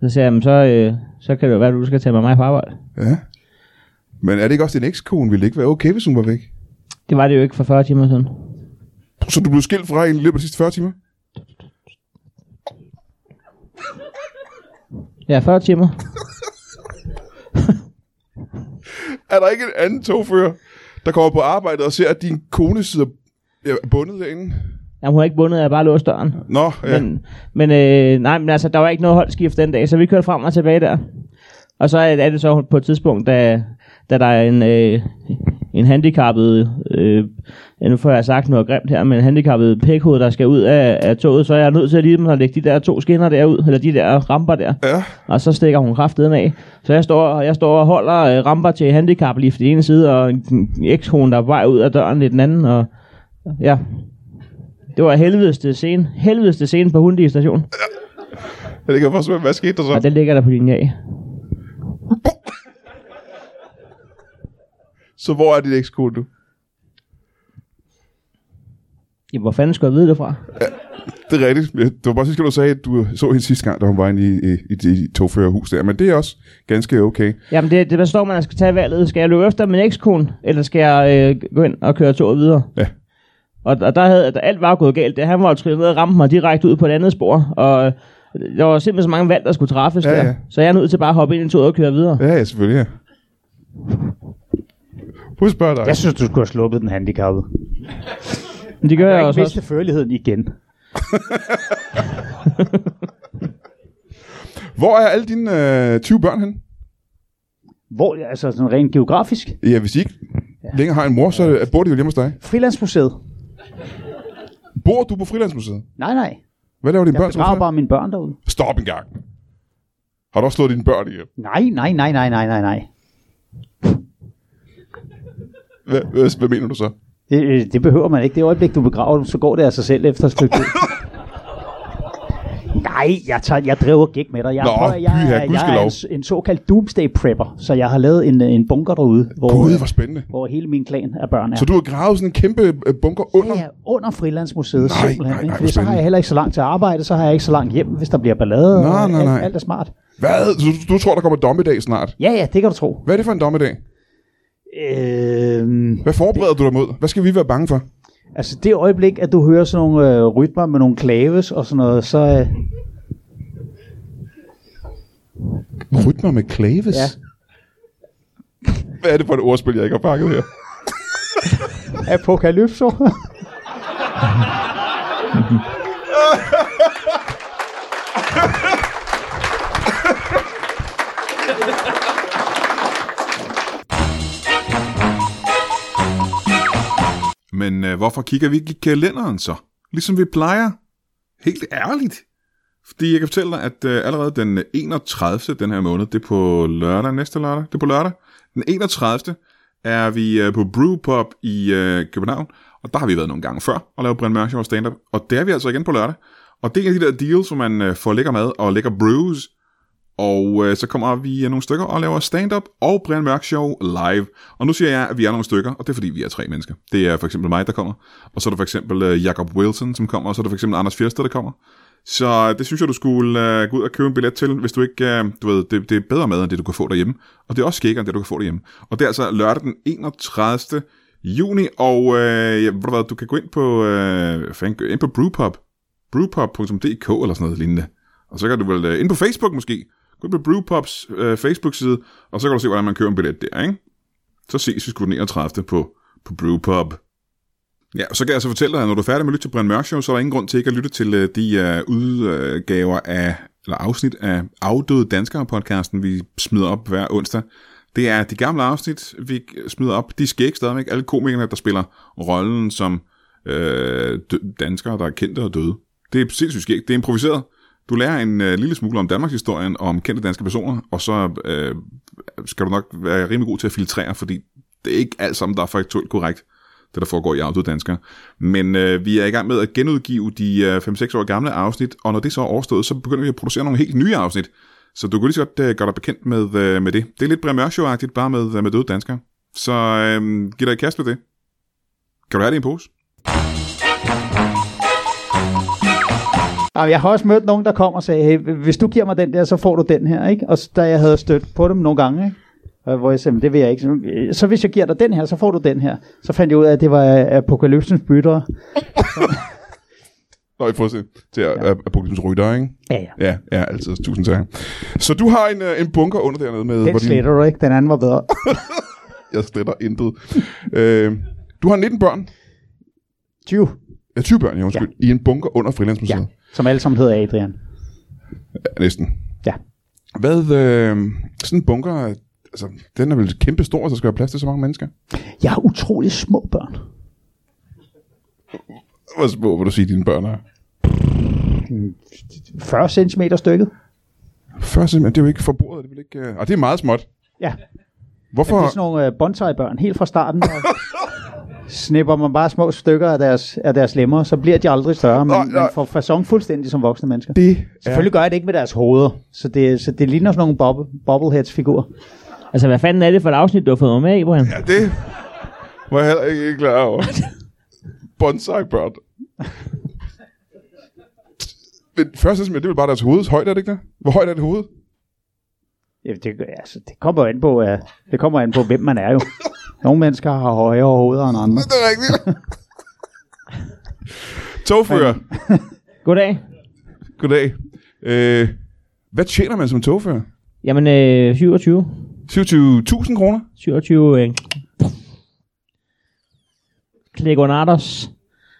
Så sagde jeg, "Men så, øh, så kan det jo være, at du skal tage med mig på arbejde.
Ja. Men er det ikke også din ekskone? Ville det ikke være okay, hvis hun var væk?
Det var det jo ikke for 40 timer siden.
Så du blev skilt fra hende i løbet af de sidste 40 timer?
Ja, 40 timer.
Er der ikke en anden togfører, der kommer på arbejde og ser, at din kone sidder ja, bundet derinde?
Jamen, hun har ikke bundet, jeg har bare låst døren.
Nå, ja. Men...
Men, men øh, nej, men altså, der var ikke noget holdskift den dag, så vi kørte frem og tilbage der. Og så er er det så på et tidspunkt, da, da der er en, øh, en handicappet, øh, ja, nu får jeg sagt noget grimt her, men en handicappet pækhoved, der skal ud af, af toget, så er jeg nødt til at lige at lægge de der to skinner derud, eller de der ramper der.
Ja.
Og så stikker hun kraftedet af. Så jeg står, jeg står og holder øh, ramper til handicaplift i den ene side, og en en ekskone, der er på vej ud af døren i den anden. Og, ja. Det var helvedeste scene. Helvedeste scene på Hundi station.
Jeg kan jeg forstå, hvad skete der så?
Og den ligger der på linje A.
Så hvor er din ekskone nu?
Ja, hvor fanden skulle jeg vide det fra?
Det er rigtigt. Det var bare sidst, du sagde, at du så hende sidste gang, da hun var inde i, i, i, i togførerhus der. Men det er også ganske okay.
Jamen, det, det der står, man at skal tage valget. Skal jeg løbe efter min ekskone, eller skal jeg øh, gå ind og køre toget videre?
Ja.
Og, og der havde, der alt var gået galt. Han var jo trillet ned og ramte mig direkte ud på et andet spor. Og øh, der var simpelthen så mange valg, der skulle træffes
Ja,
ja, der.
ja.
Ja. Så jeg er nødt til bare at hoppe ind i toget og køre videre.
Ja, ja, selvfølgelig, ja. Husk spørg dig.
Jeg synes, du skulle have sluppet den handicappede.
Men det gør
Jeg
jeg
har
også.
ikke
også.
mistet førligheden igen.
Hvor er alle dine øh, 20 børn hen?
Hvor, altså sådan rent geografisk,
Ja, hvis I ikke længere har en mor, så øh, bor de jo hjemme hos dig.
Frilandsmuseet.
Bor du på Frilandsmuseet?
Nej, nej.
Hvad laver dine
Jeg
børn så?
begraver bare mine børn derude.
Stop en gang. Har du også slået dine børn ihjel?
Nej, nej, nej, nej, nej, nej, nej.
Hvad, hvad, hvad mener du så?
Det, øh, det behøver man ikke. Det øjeblik, du begraver dem, så går det af sig selv efter et
(laughs)
stykke tid. Nej, jeg, tager, jeg driver ikke med dig. Jeg,
Nå,
prøver- jeg,
pyha,
jeg, jeg er
gudskelov.
en, s- en såkaldt doomsday prepper, så jeg har lavet en, øh, en bunker derude, hvor,
Gud, hvor spændende.
hvor hele min klan af børn er.
Så du har gravet sådan en kæmpe øh, bunker under?
Ja, under Frilandsmuseet
Nej,
simpelthen.
nej,
ikke?
nej,
Fordi så har
spændende.
jeg heller ikke så langt til arbejde, så har jeg ikke så langt hjem, hvis der bliver ballade.
Nå,
og
nej,
alt,
nej.
alt er smart.
Hvad? Så du, du tror, der kommer dommedag snart?
Ja, ja, det kan du tro.
Hvad er det for en dommedag?
Øhm,
Hvad forbereder du dig mod? Hvad skal vi være bange for?
altså det øjeblik, at du hører sådan nogle øh, rytmer med nogle klaves og sådan noget, så... Øh,
Rytmer med klaves?
Ja.
Hvad er det for et ordspil, jeg ikke har pakket her?
Apokalypso.
Men øh, hvorfor kigger vi ikke i kalenderen så? Ligesom vi plejer. Helt ærligt. Fordi jeg kan fortælle dig, at øh, allerede den 31. den her måned, det er på lørdag, næste lørdag, det er på lørdag. Den 31. er vi øh, på Brewpub i øh, København, og der har vi været nogle gange før og lavet Brian Mørk Show og stand-up, og det er vi altså igen på lørdag. Og det er en af de der deals, hvor man øh, får lækker mad og lækker brews, og øh, så kommer vi øh, nogle stykker og laver stand-up og Brian Mørk Show live. Og nu siger jeg, at vi er nogle stykker, og det er fordi, vi er tre mennesker. Det er for eksempel mig, der kommer. Og så er der for eksempel øh, Jacob Wilson, som kommer. Og så er der for eksempel Anders Fjersted, der kommer. Så øh, det synes jeg, du skulle øh, gå ud og købe en billet til, hvis du ikke... Øh, du ved, det, det er bedre mad, end det, du kan få derhjemme. Og det er også skækkere, end det, du kan få derhjemme. Og det er altså lørdag den 31. juni. Og øh, ja, ved du, hvad, du kan gå ind på, øh, fanden, ind på Brewpub. Brewpub.dk eller sådan noget lignende. Og så kan du vel øh, ind på Facebook måske. Gå ind på Brewpops øh, Facebook-side, og så kan du se, hvordan man køber en billet der, ikke? Så ses vi sgu den 31. på, på Brewpub. Ja, og så kan jeg så fortælle dig, at når du er færdig med at lytte til Brian Mørk Show, så er der ingen grund til ikke at lytte til øh, de øh, udgaver af, eller afsnit af Afdøde Danskere-podcasten, vi smider op hver onsdag. Det er de gamle afsnit, vi smider op. De skal ikke stadigvæk. Alle komikerne, der spiller rollen som øh, dø- danskere, der er kendte og døde. Det er sindssygt skægt. Det er improviseret. Du lærer en øh, lille smule om Danmarks historien og om kendte danske personer, og så øh, skal du nok være rimelig god til at filtrere, fordi det er ikke alt sammen, der er faktuelt korrekt, det der foregår i Afdøde Danskere. Men øh, vi er i gang med at genudgive de øh, 5-6 år gamle afsnit, og når det så er overstået, så begynder vi at producere nogle helt nye afsnit. Så du kan lige så godt øh, gøre dig bekendt med, øh, med det. Det er lidt Bremørshow-agtigt, bare med, øh, med døde danskere. Så øh, giv dig et kast med det. Kan du have det i en pose?
Jamen, jeg har også mødt nogen, der kom og sagde, hey, hvis du giver mig den der, så får du den her, ikke? Og s- da jeg havde stødt på dem nogle gange, ikke? Og hvor jeg sagde, "Men det vil jeg ikke. Så, "Øh, Så hvis jeg giver dig den her, så får du den her. Så fandt jeg ud af, at det var øh, apokalypsens byttere.
Nå, I får se. Til at, ja. apokalypsens rytter, ikke?
Ja, ja.
Ja, ja, altid. Tusind tak. Så du har en, øh, en bunker under dernede med...
Den sletter du ikke, den anden var bedre. (laughs)
Jeg sletter intet. øh, du har 19 børn.
20,
Ja, 20 børn, ja, undskyld. Ja. I en bunker under
ja.
Frilandsmuseet.
Som alle sammen hedder Adrian.
Ja. Næsten.
Ja.
Hvad, øh, sådan en bunker, altså, den er vel kæmpe stor, så der skal være plads til så mange mennesker?
Jeg har utrolig små børn.
Hvor små vil du sige, dine børn er?
40 cm stykket.
Først simpelthen, det er jo ikke forbruget, det er vel ikke... Øh... Ah, det er meget småt.
Ja,
Hvorfor...
For... det er sådan nogle øh, bonsai-børn helt fra starten.
(laughs)
Der snipper man bare små stykker af deres, af deres lemmer, så bliver de aldrig større, men,
Nej, nej.
man får fason fuldstændig som voksne mennesker.
det
Selvfølgelig gør jeg det ikke med deres hoveder, så det, så det ligner sådan nogle bob, bobbleheads-figurer.
Altså, hvad fanden er det for et afsnit, du har fået mig med, Ibrahim?
Ja, det var jeg heller ikke ikke klar over. Bonsai-børn. Men først simpelthen, det er vel bare deres hoveds højde, er det ikke det? Hvor højt er det hoved?
Ja, det, altså, det kommer jo an på, uh, det kommer (laughs) an på, hvem man er jo. Nogle mennesker har højere hoveder end andre.
Det er rigtigt. Togfører.
Goddag.
Goddag. Øh, hvad tjener man som togfører?
Jamen, øh, 27.
27.000 kroner?
27. Øh. Klegonardos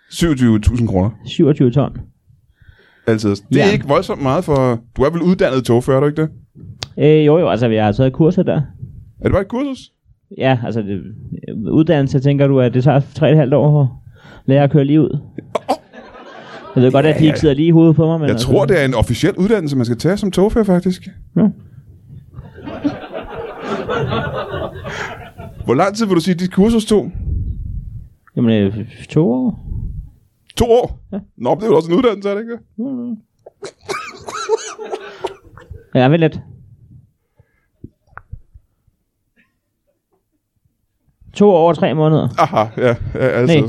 27.000 kroner.
27 ton.
Altid. Det er
Ja.
ikke voldsomt meget for... Du er vel uddannet togfører, er du ikke det?
Øh, jo, jo, altså vi har taget kurser der.
Er det bare et kursus?
Ja, altså det, uddannelse tænker du, at det tager 3,5 år at lære at køre lige ud. Jeg ved godt, at de ikke sidder lige i hovedet på mig, men
Jeg
altså,
tror, det er en officiel uddannelse, man skal tage som togfører, faktisk.
Ja.
Hvor lang tid vil du sige, at dit kursus tog?
Jamen, øh, to år?
To år? Ja. Nå, men det er jo også en uddannelse, er det ikke det?
Ja, vel lidt. To år og tre måneder.
Aha, ja, ja altid.
Nej.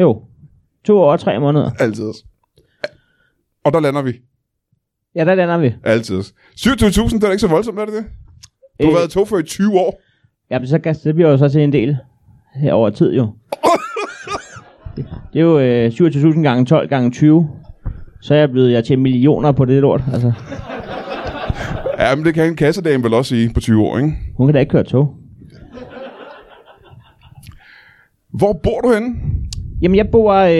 Jo. To år og tre måneder.
Altid. Og der lander vi.
Ja, der lander vi.
Altid. 27.000, det er da ikke så voldsomt, er det det? Du har
Øh.
været togfører i 20 år.
Jamen, så kan, det bliver jo så til en del her over tid,
(laughs)
jo. Det er jo øh, 27.000 gange 12 gange 20. Så er jeg blevet jeg til millioner på det lort. Altså,
Ja, men det kan en kassedame vel også sige på 20 år, ikke?
hun kan da ikke køre tog.
Hvor bor du henne?
Jamen, jeg bor øh,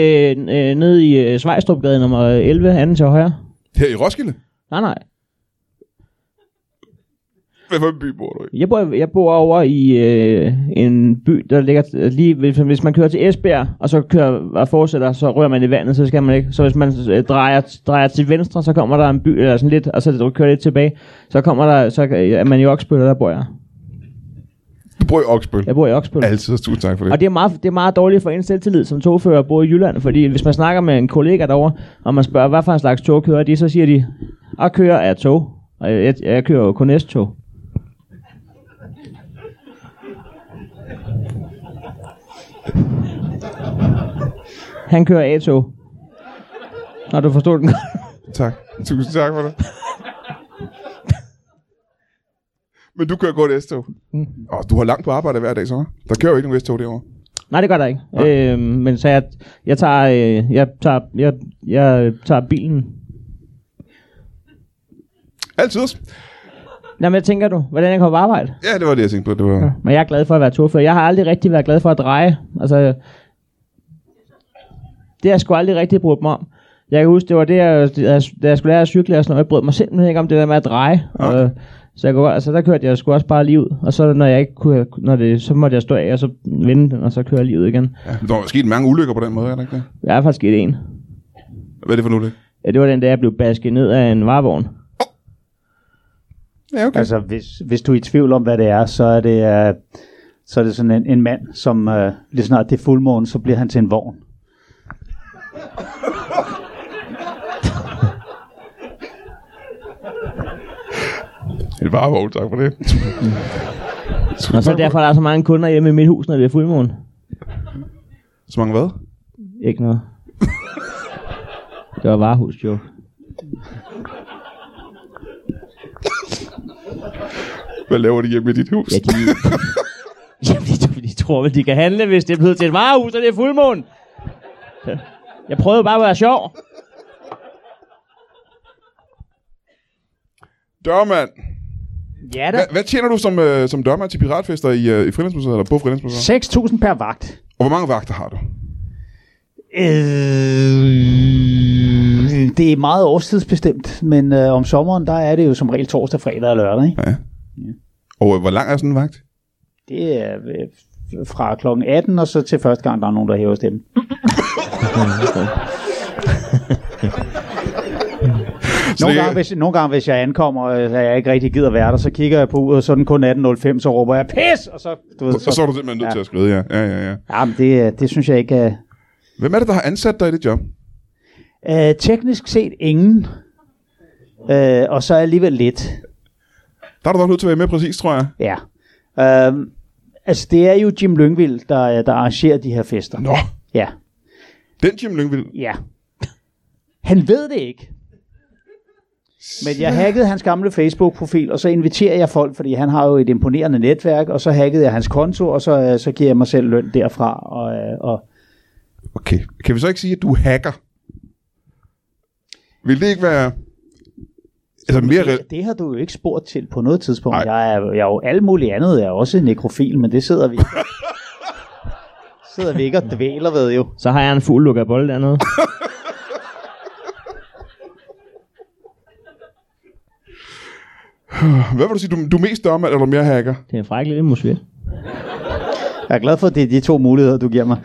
n- øh, nede i øh, Svejstrupgade nummer 11, anden til højre.
Her i Roskilde?
Nej, nej.
Hvad for en by bor du i?
Jeg bor, jeg bor over i øh, en by, der ligger t- lige... Hvis, hvis man kører til Esbjerg, og så kører og fortsætter, så rører man i vandet, så skal man ikke. Så hvis man øh, drejer, drejer til venstre, så kommer der en by, eller sådan lidt, og så kører lidt tilbage. Så kommer der... Så øh, er man i Oksbøl, og der bor jeg.
Du bor i Oksbøl.
Jeg bor i Oksbøl.
Altid, tusind tak for det.
Og det er, meget, det er meget dårligt for ens selvtillid som togfører at bo i Jylland, fordi hvis man snakker med en kollega derovre, og man spørger, hvad for en slags tog kører de, så siger de, at køre er tog. Og jeg, jeg kører jo kun S-tog. Han kører A-tog. Nå, du forstod den (laughs) godt.
Tak. Tusind tak
(laughs)
for det. Men du kører godt S-tog. Mm. Og du har langt på arbejde hver dag, så hva'? Der kører jo ikke nogen S-tog derovre.
Nej, det gør der ikke. Øhm, men så jeg, jeg tager, øh, jeg tager, jeg, jeg tager bilen.
Altid.
Nå, men jeg tænker du, hvordan jeg kommer på arbejde?
Ja, det var det, jeg tænkte på. Det var... Ja.
Men jeg er glad for at være togfører. Jeg har aldrig rigtig været glad for at dreje. Altså, det har jeg sgu aldrig rigtig brugt mig om. Jeg kan huske, det var det, jeg, da jeg- da jeg skulle lære at cykle og sådan noget. Jeg brød mig simpelthen ikke om det der med at dreje. Og, så jeg kunne, godt- altså, der kørte jeg sgu også bare lige ud. Og så når jeg ikke kunne, når det, så måtte jeg stå af og så vende den, og så køre lige ud igen.
Ja. Der var sket mange ulykker på den måde, er der ikke det?
Jeg er faktisk sket en.
Hvad er det for en ulykke?
Ja, det var den, der jeg blev basket ned af en varevogn.
Ja, okay.
Altså, hvis, hvis du er i tvivl om, hvad det er, så er det, øh, så er det sådan en, en mand, som øh, lige snart det er fuldmåne, så bliver han til en vogn.
Det var varevogn, tak for det.
Og så derfor er der så mange kunder hjemme i mit hus, når det er fuldmåne.
Så mange hvad?
Ikke noget. Det var varehus, jo.
Hvad laver de hjemme i dit hus?
Ja, de... (laughs) Jamen, de, de tror vel, de kan handle, hvis det er blevet til et varehus, og det er fuldmåne. Jeg prøvede bare at være sjov.
Dørmand.
Ja da.
Hva, hvad tjener du som, øh, som dørmand til piratfester i, øh, i Frilandsmuseet, eller på Frilandsmuseet?
6.000 per vagt.
Og hvor mange vagter har du?
Øh, det er meget årstidsbestemt, men øh, om sommeren, der er det jo som regel torsdag, fredag og lørdag. Ikke?
Ja. Og øh, hvor lang er sådan en vagt?
Det er øh, f- fra kl. 18 og så til første gang, der er nogen, der hæver
(laughs)
stemmen.
Så
Nogle
det kan-
gange, hvis, nogle gange, hvis jeg ankommer, øh, og jeg ikke rigtig gider være der, så kigger jeg på uret, og så er den kun 18.05, så råber jeg, pis! Og så, du ved,
Og så er du simpelthen nødt
Ja.
til at skride, ja. ja, ja, ja.
Jamen, det, øh, det synes jeg ikke er...
Hvem er det, der har ansat dig i det job?
Øh, teknisk set ingen, øh, og så alligevel lidt.
Der er du nok nødt til at være med præcis, tror jeg.
Ja. Øh, altså, det er jo Jim Lyngvild, der, øh, der arrangerer de her fester.
Nå,
Ja,
den Jim Lyngvild.
ja. Han ved det ikke. Men jeg hackede hans gamle Facebook-profil, og så inviterer jeg folk, fordi han har jo et imponerende netværk, og så hackede jeg hans konto, og så, øh, så giver jeg mig selv løn derfra. Og, øh, og,
Okay. Kan vi så ikke sige, at du hacker? Vil det ikke være... Altså mere... re-
Det har du jo ikke spurgt til på noget tidspunkt.
Nej.
Jeg er, jeg er jo alt muligt andet. Jeg er også nekrofil, men det sidder vi
(laughs)
sidder vi ikke og dvæler ved jo.
Så har jeg en fuld lukker bold dernede.
Hvad vil du sige? Du, du er mest dommand eller mere hacker?
Det er en fræk lille musvit.
Jeg er glad for, at det er de to muligheder, du giver mig.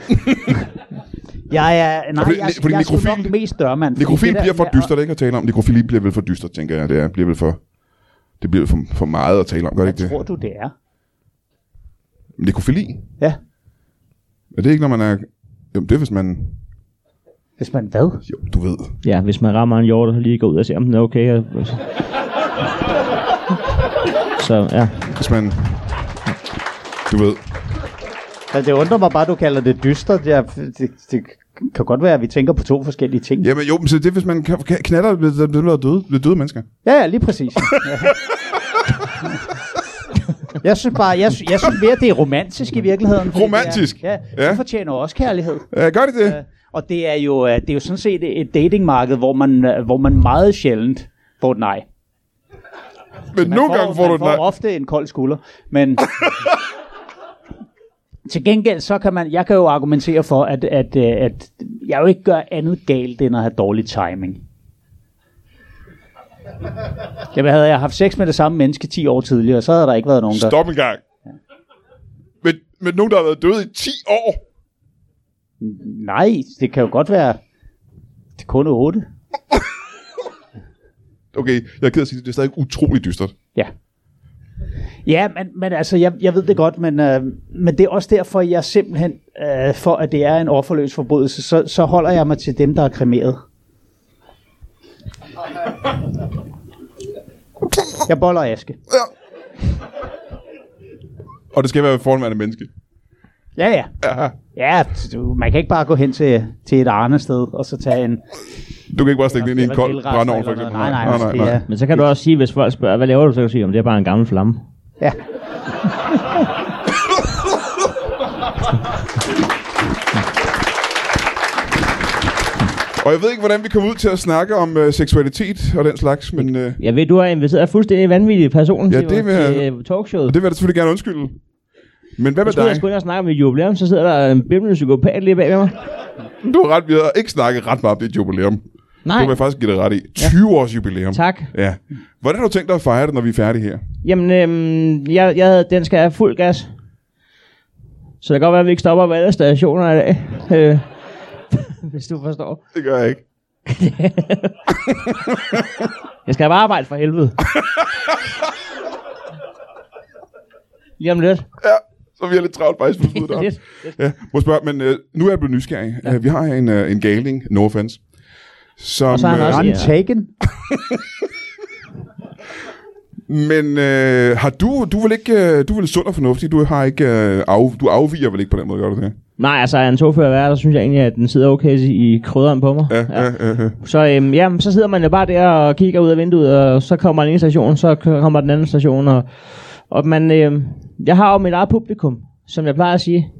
jeg er, nej,
Fordi-
jeg,
fordi
jeg er sgu
nekrofil-
nok mest dørmand. fordi
Nekrofil
det der
bliver for
med at-
dystert, ikke at tale om. Nekrofili bliver vel for dystert, tænker jeg. Det er, bliver vel for... Det bliver for, for meget at tale om, gør det ikke
Hvad
det?
tror du, det er?
Nekrofili?
Ja.
Er det ikke, når man er... Jamen, det er, hvis man...
Hvis man hvad?
Jo, du ved.
Ja, hvis man rammer en hjort, så lige går ud og ser, om den er okay. (laughs) og- Så ja.
Hvis man... Du ved.
Altså, det undrer mig bare, du kalder det dystert. Jeg, det, det kan godt være, at vi tænker på to forskellige ting.
Jamen jo, men så det er, hvis man kan- kan- knaller, bliver der bliver døde, bliver døde mennesker.
Ja, ja lige præcis.
(laughs)
Ja. Jeg synes bare, jeg, sy- jeg synes mere, det er romantisk i virkeligheden. fordi
Romantisk?
Det er, ja,
Ja.
det fortjener også kærlighed.
Øh, gør de det?
Øh, Og det er jo, øh, det er jo sådan set et datingmarked, hvor man, øh, hvor man meget sjældent får et nej.
men
Man
nogle gange får
man
du et
får
nej.
ofte en kold skulder, men... Til gengæld, så kan man, jeg kan jo argumentere for, at, at, øh, at jeg jo ikke gør andet galt, end at have dårlig timing. Jamen, havde jeg haft sex med det samme menneske 10 år tidligere, så havde der ikke været nogen, der...
Stop en gang. Men, men nogen, der har været døde i 10 år.
Nej, det kan jo godt være... Det er kun 8.
Okay, jeg er ked af at sige det, det er stadig utrolig dystert.
Ja. Ja, men, men altså, jeg, jeg ved det godt, men, øh, men det er også derfor, jeg simpelthen, øh, for at det er en offerløs forbrydelse, så, så holder jeg mig til dem, der er kremeret. Jeg boller aske.
Og det skal være foranværende menneske.
Ja, ja.
Ja.
Ja, du, man kan ikke bare gå hen til, til et andet sted, og så tage en...
Du kan ikke bare stikke det ind i en
eller
kold
grillrester
brændeovn, for
eller noget.
eksempel.
Nej, nej, altså, det er...
Men så kan du også sige, hvis folk spørger, hvad laver du, så kan du sige, om det er bare en gammel flamme.
Ja.
Og jeg ved ikke, hvordan vi kommer ud til at snakke om øh, seksualitet og den slags, men øh,
Jeg ved, du har inviteret fuldstændig vanvittige personer
Ja,
til-
det vil jeg-
til øh, talkshowet.
det vil jeg da selvfølgelig gerne undskylde. Men hvad
Jeg
med
skulle, jeg
dig?
skulle ind og snakke om et jubilæum, så sidder der en bimlende psykopat lige bag ved mig.
Du har ret, vi har ikke snakket ret meget om dit jubilæum.
Nej,
Det vil jeg faktisk give dig ret i. 20 års jubilæum.
tak.
Ja. Hvordan har du tænkt dig at fejre det, når vi er færdige her?
Jamen, øhm, jeg, jeg, havde- den skal have fuld gas. Så det kan godt være, at vi ikke stopper ved alle stationer i dag. Øh, (laughs) hvis du forstår.
Det gør jeg ikke.
Jeg skal bare arbejde for helvede. Lige om lidt.
Ja, så vi har lidt travlt faktisk på slutet
(laughs) lidt.
Ja, må jeg spørge, men øh, nu er jeg blevet nysgerrig. Ja. vi har en, øh, en galing, no offense, som,
Og så har han også-
Run
Ja.
taken.
men øh, har du, du er vel ikke, øh, du er vel sund og fornuftig, du har ikke, øh, af, du afviger vel ikke på den måde, gør du det?
Nej, altså er en togfører værd, så synes jeg egentlig, at den sidder okay i krydderen på mig.
Ja, ja, ja. ja.
Så, øhm, ja, så sidder man jo bare der og kigger ud af vinduet, og så kommer den ene station, så k- kommer den anden station. Og, og man, øhm, jeg har jo mit eget publikum, som jeg plejer at sige.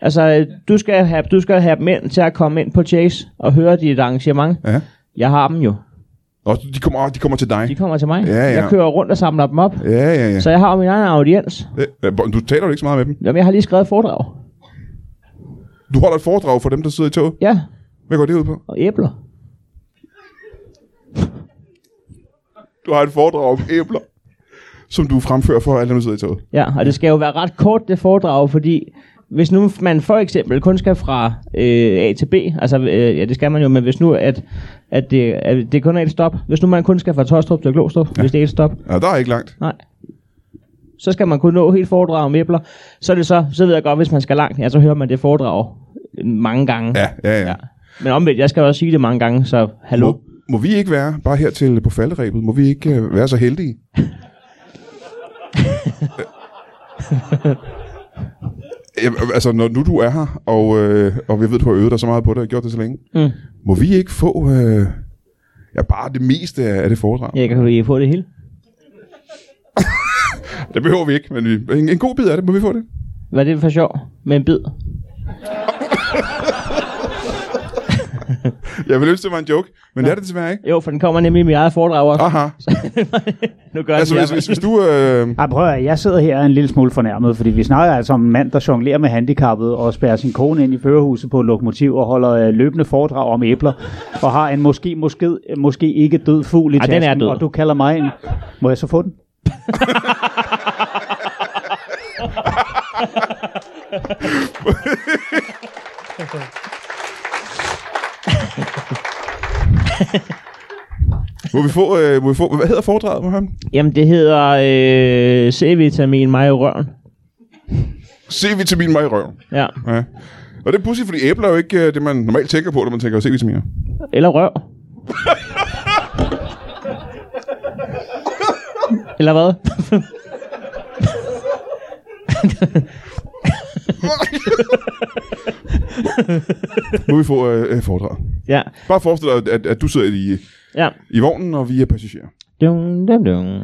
Altså, øh, du skal have, du skal have dem ind til at komme ind på Chase og høre dit arrangement.
ja.
Jeg har dem jo.
Og de kommer, de kommer til dig.
De kommer til mig.
Ja, ja.
Jeg kører rundt og samler dem op.
Ja, ja, ja.
Så jeg har jo min egen audiens.
Øh, øh, Du taler jo ikke så meget med dem.
Jamen, jeg har lige skrevet et foredrag.
Du holder et foredrag for dem, der sidder i toget.
Ja,
Hvad går det ud på?
og æbler.
Du har et foredrag om æbler, som du fremfører for alle dem, der sidder i toget.
Ja, og det skal jo være ret kort, det foredrag, fordi hvis nu man for eksempel kun skal fra øh, A til B, altså øh, ja, det skal man jo, men hvis nu, at, at, det, at det kun er et stop, hvis nu man kun skal fra Tostrup til Glostrup, ja. hvis det er et stop,
Ja, der er ikke langt.
nej, så skal man kunne nå helt foredrag om æbler, så er det så, så ved jeg godt, hvis man skal langt, ja, så hører man det foredrag øh, mange gange.
Ja, ja, ja.
ja. Men omvendt, jeg skal også sige det mange gange, så hallo.
Må, må vi ikke være, bare her til på falderæbet, må vi ikke øh, være så (laughs) heldige? Jamen, altså, når nu du er her, og, øh, og vi ved, du har øvet dig så meget på det, og gjort det så længe,
Mm.
må vi ikke få øh, ja, bare det meste af, af det foredrag?
Jeg kan jo få det hele.
Det behøver vi ikke, men vi, en, en god bid af det, må vi få det?
Hvad er det for sjov med en bid?
Jeg ville ønske, det var en joke, men det er det desværre ikke.
Jo, for den kommer nemlig i mit eget foredrag også.
Aha.
nu gør
Altså, Ah,
den
hvis,
det.
hvis, hvis du... Øh,
Ej, prøv at, høre, jeg sidder her en lille smule fornærmet, fordi vi snakker altså om en mand, der jonglerer med handicappet og spærer sin kone ind i førerhuset på et lokomotiv og holder øh, løbende foredrag om æbler og har en måske, måske, måske ikke død fugl i
Ej, den
tasken,
er død.
og du kalder mig en... Må jeg så få den?
må, vi få, øh, må vi få... Hvad hedder foredraget med ham?
Jamen, det hedder øh, C-vitamin mig i røven.
C-vitamin mig i røven.
Ja.
Ja. Og det er pudsigt, fordi æbler er jo ikke øh, det, man normalt tænker på, når man tænker C-vitaminer.
Eller røv. Eller hvad?
Må vi få øh, øh, foredraget.
ja.
Bare forestil dig, at, at du sidder i,
Ja.
i vognen, og vi er passagerer.
Dun, dun, dun.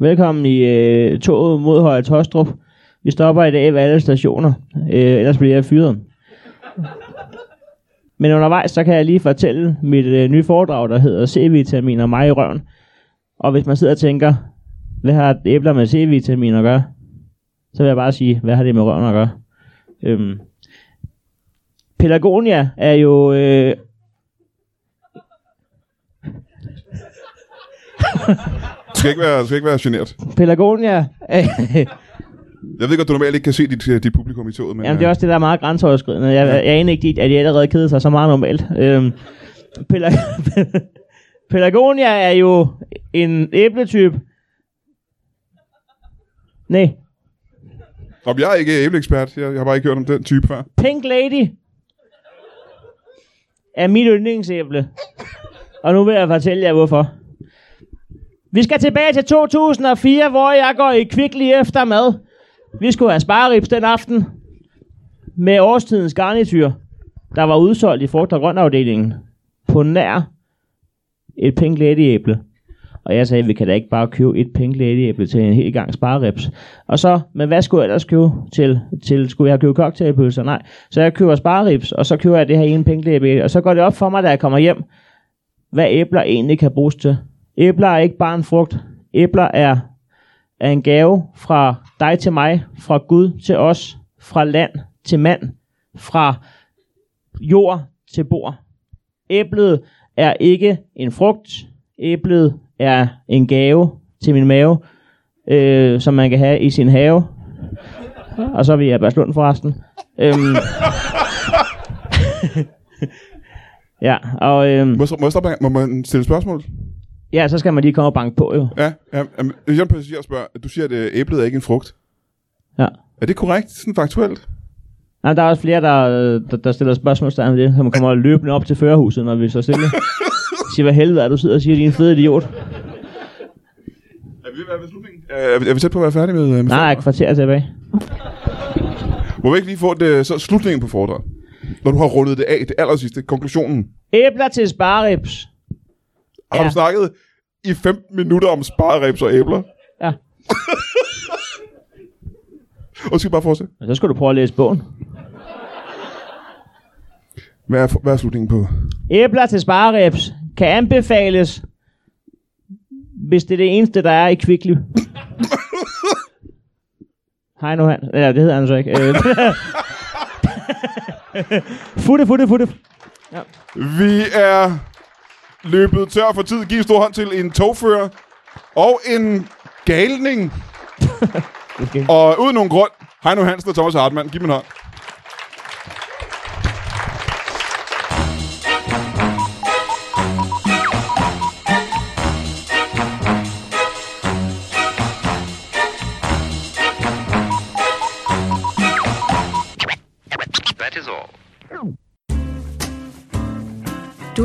Velkommen i øh, toget mod Høje Tostrup. Vi stopper i dag ved alle stationer, øh, ellers bliver jeg fyret. Men undervejs, så kan jeg lige fortælle mit øh, nye foredrag, der hedder C-vitamin og mig i røven. Og hvis man sidder og tænker, hvad har æbler med C-vitamin at gøre? Så vil jeg bare sige, hvad har det med røven at gøre? Øhm. Pelagonia er jo øh,
Du skal ikke være, du skal ikke være generet.
Pelagonia. (laughs)
Jeg ved godt, du normalt ikke kan se dit, øh, dit publikum i toget, men...
Jamen, det er
øh,
også det, der er meget grænseoverskridende. Jeg, jeg aner ikke, at de allerede keder sig så meget normalt. Øhm, Pelag- (laughs) Pelagonia er jo en æbletype. Nej,
Nå, men jeg er ikke æbleekspert. Jeg, jeg har bare ikke hørt om den type før.
Pink Lady er mit yndlingsæble. Og nu vil jeg fortælle jer, hvorfor. Vi skal tilbage til 2004, hvor jeg går i kvickly efter mad. Vi skulle have spareribs den aften med årstidens garnityr, der var udsolgt i frugt- og grøntafdelingen på nær et Pink Lady æble. Og jeg sagde, vi kan da ikke bare købe et Pink Lady æble til en hel gang sparerips. Og så, men hvad skulle jeg ellers købe til? til skulle jeg købe cocktailpølser? Nej. Så jeg køber sparerips, og så køber jeg det her ene Pink Lady æble. Og så går det op for mig, da jeg kommer hjem, hvad æbler egentlig kan bruges til. Æbler er ikke bare en frugt. Æbler er, er en gave fra dig til mig, fra Gud til os, fra land til mand, fra jord til bord. Æblet er ikke en frugt. Æblet er en gave til min mave, øh, som man kan have i sin have. Og så er vi i Abberslund forresten. Øhm. (laughs) ja, og øhm,
Må, jeg- må, jeg stoppe, her? må man stille spørgsmål?
ja, så skal man lige komme og banke på jo.
Ja, ja. jamen, Hvis jeg er en passager spørger, du siger, at øh, æblet er ikke en frugt.
Ja.
Er det korrekt, sådan faktuelt?
Jamen, der er også flere, der, der, der stiller spørgsmålstegn ved det, som kommer løbende op til førerhuset, når vi så stille. Siger, hvad helvede er du sidder og siger, din fede idiot.
Er vi ved at være ved slutningen? Er, er, vi- er vi tæt på at være færdige med, øh, med
Nej, jeg
foredraget?
er kvarter tilbage.
Må vi ikke lige få det, så slutningen på foredraget? Når du har rundet det af, det aller sidste, konklusionen.
Æbler til sparerips.
Har ja.
Ja.
du snakket i 15 minutter om sparerebs og æbler?
Ja.
Og skal bare fortsætte.
Så skal du prøve at læse bogen.
Hvad er, hvad er slutningen på?
Æbler til sparereps kan anbefales, hvis det er det eneste, der er i Kvickly. Hej nu, han. Ja, det hedder han så ikke. Øh. (laughs) futte, futte, futte.
Vi er løbet tør for tid. Giv en stor hånd til en togfører og en galning. okay. Og uden nogen grund, Heino Hansen og Thomas Hartmann. Giv dem en hånd.
That is all.
Du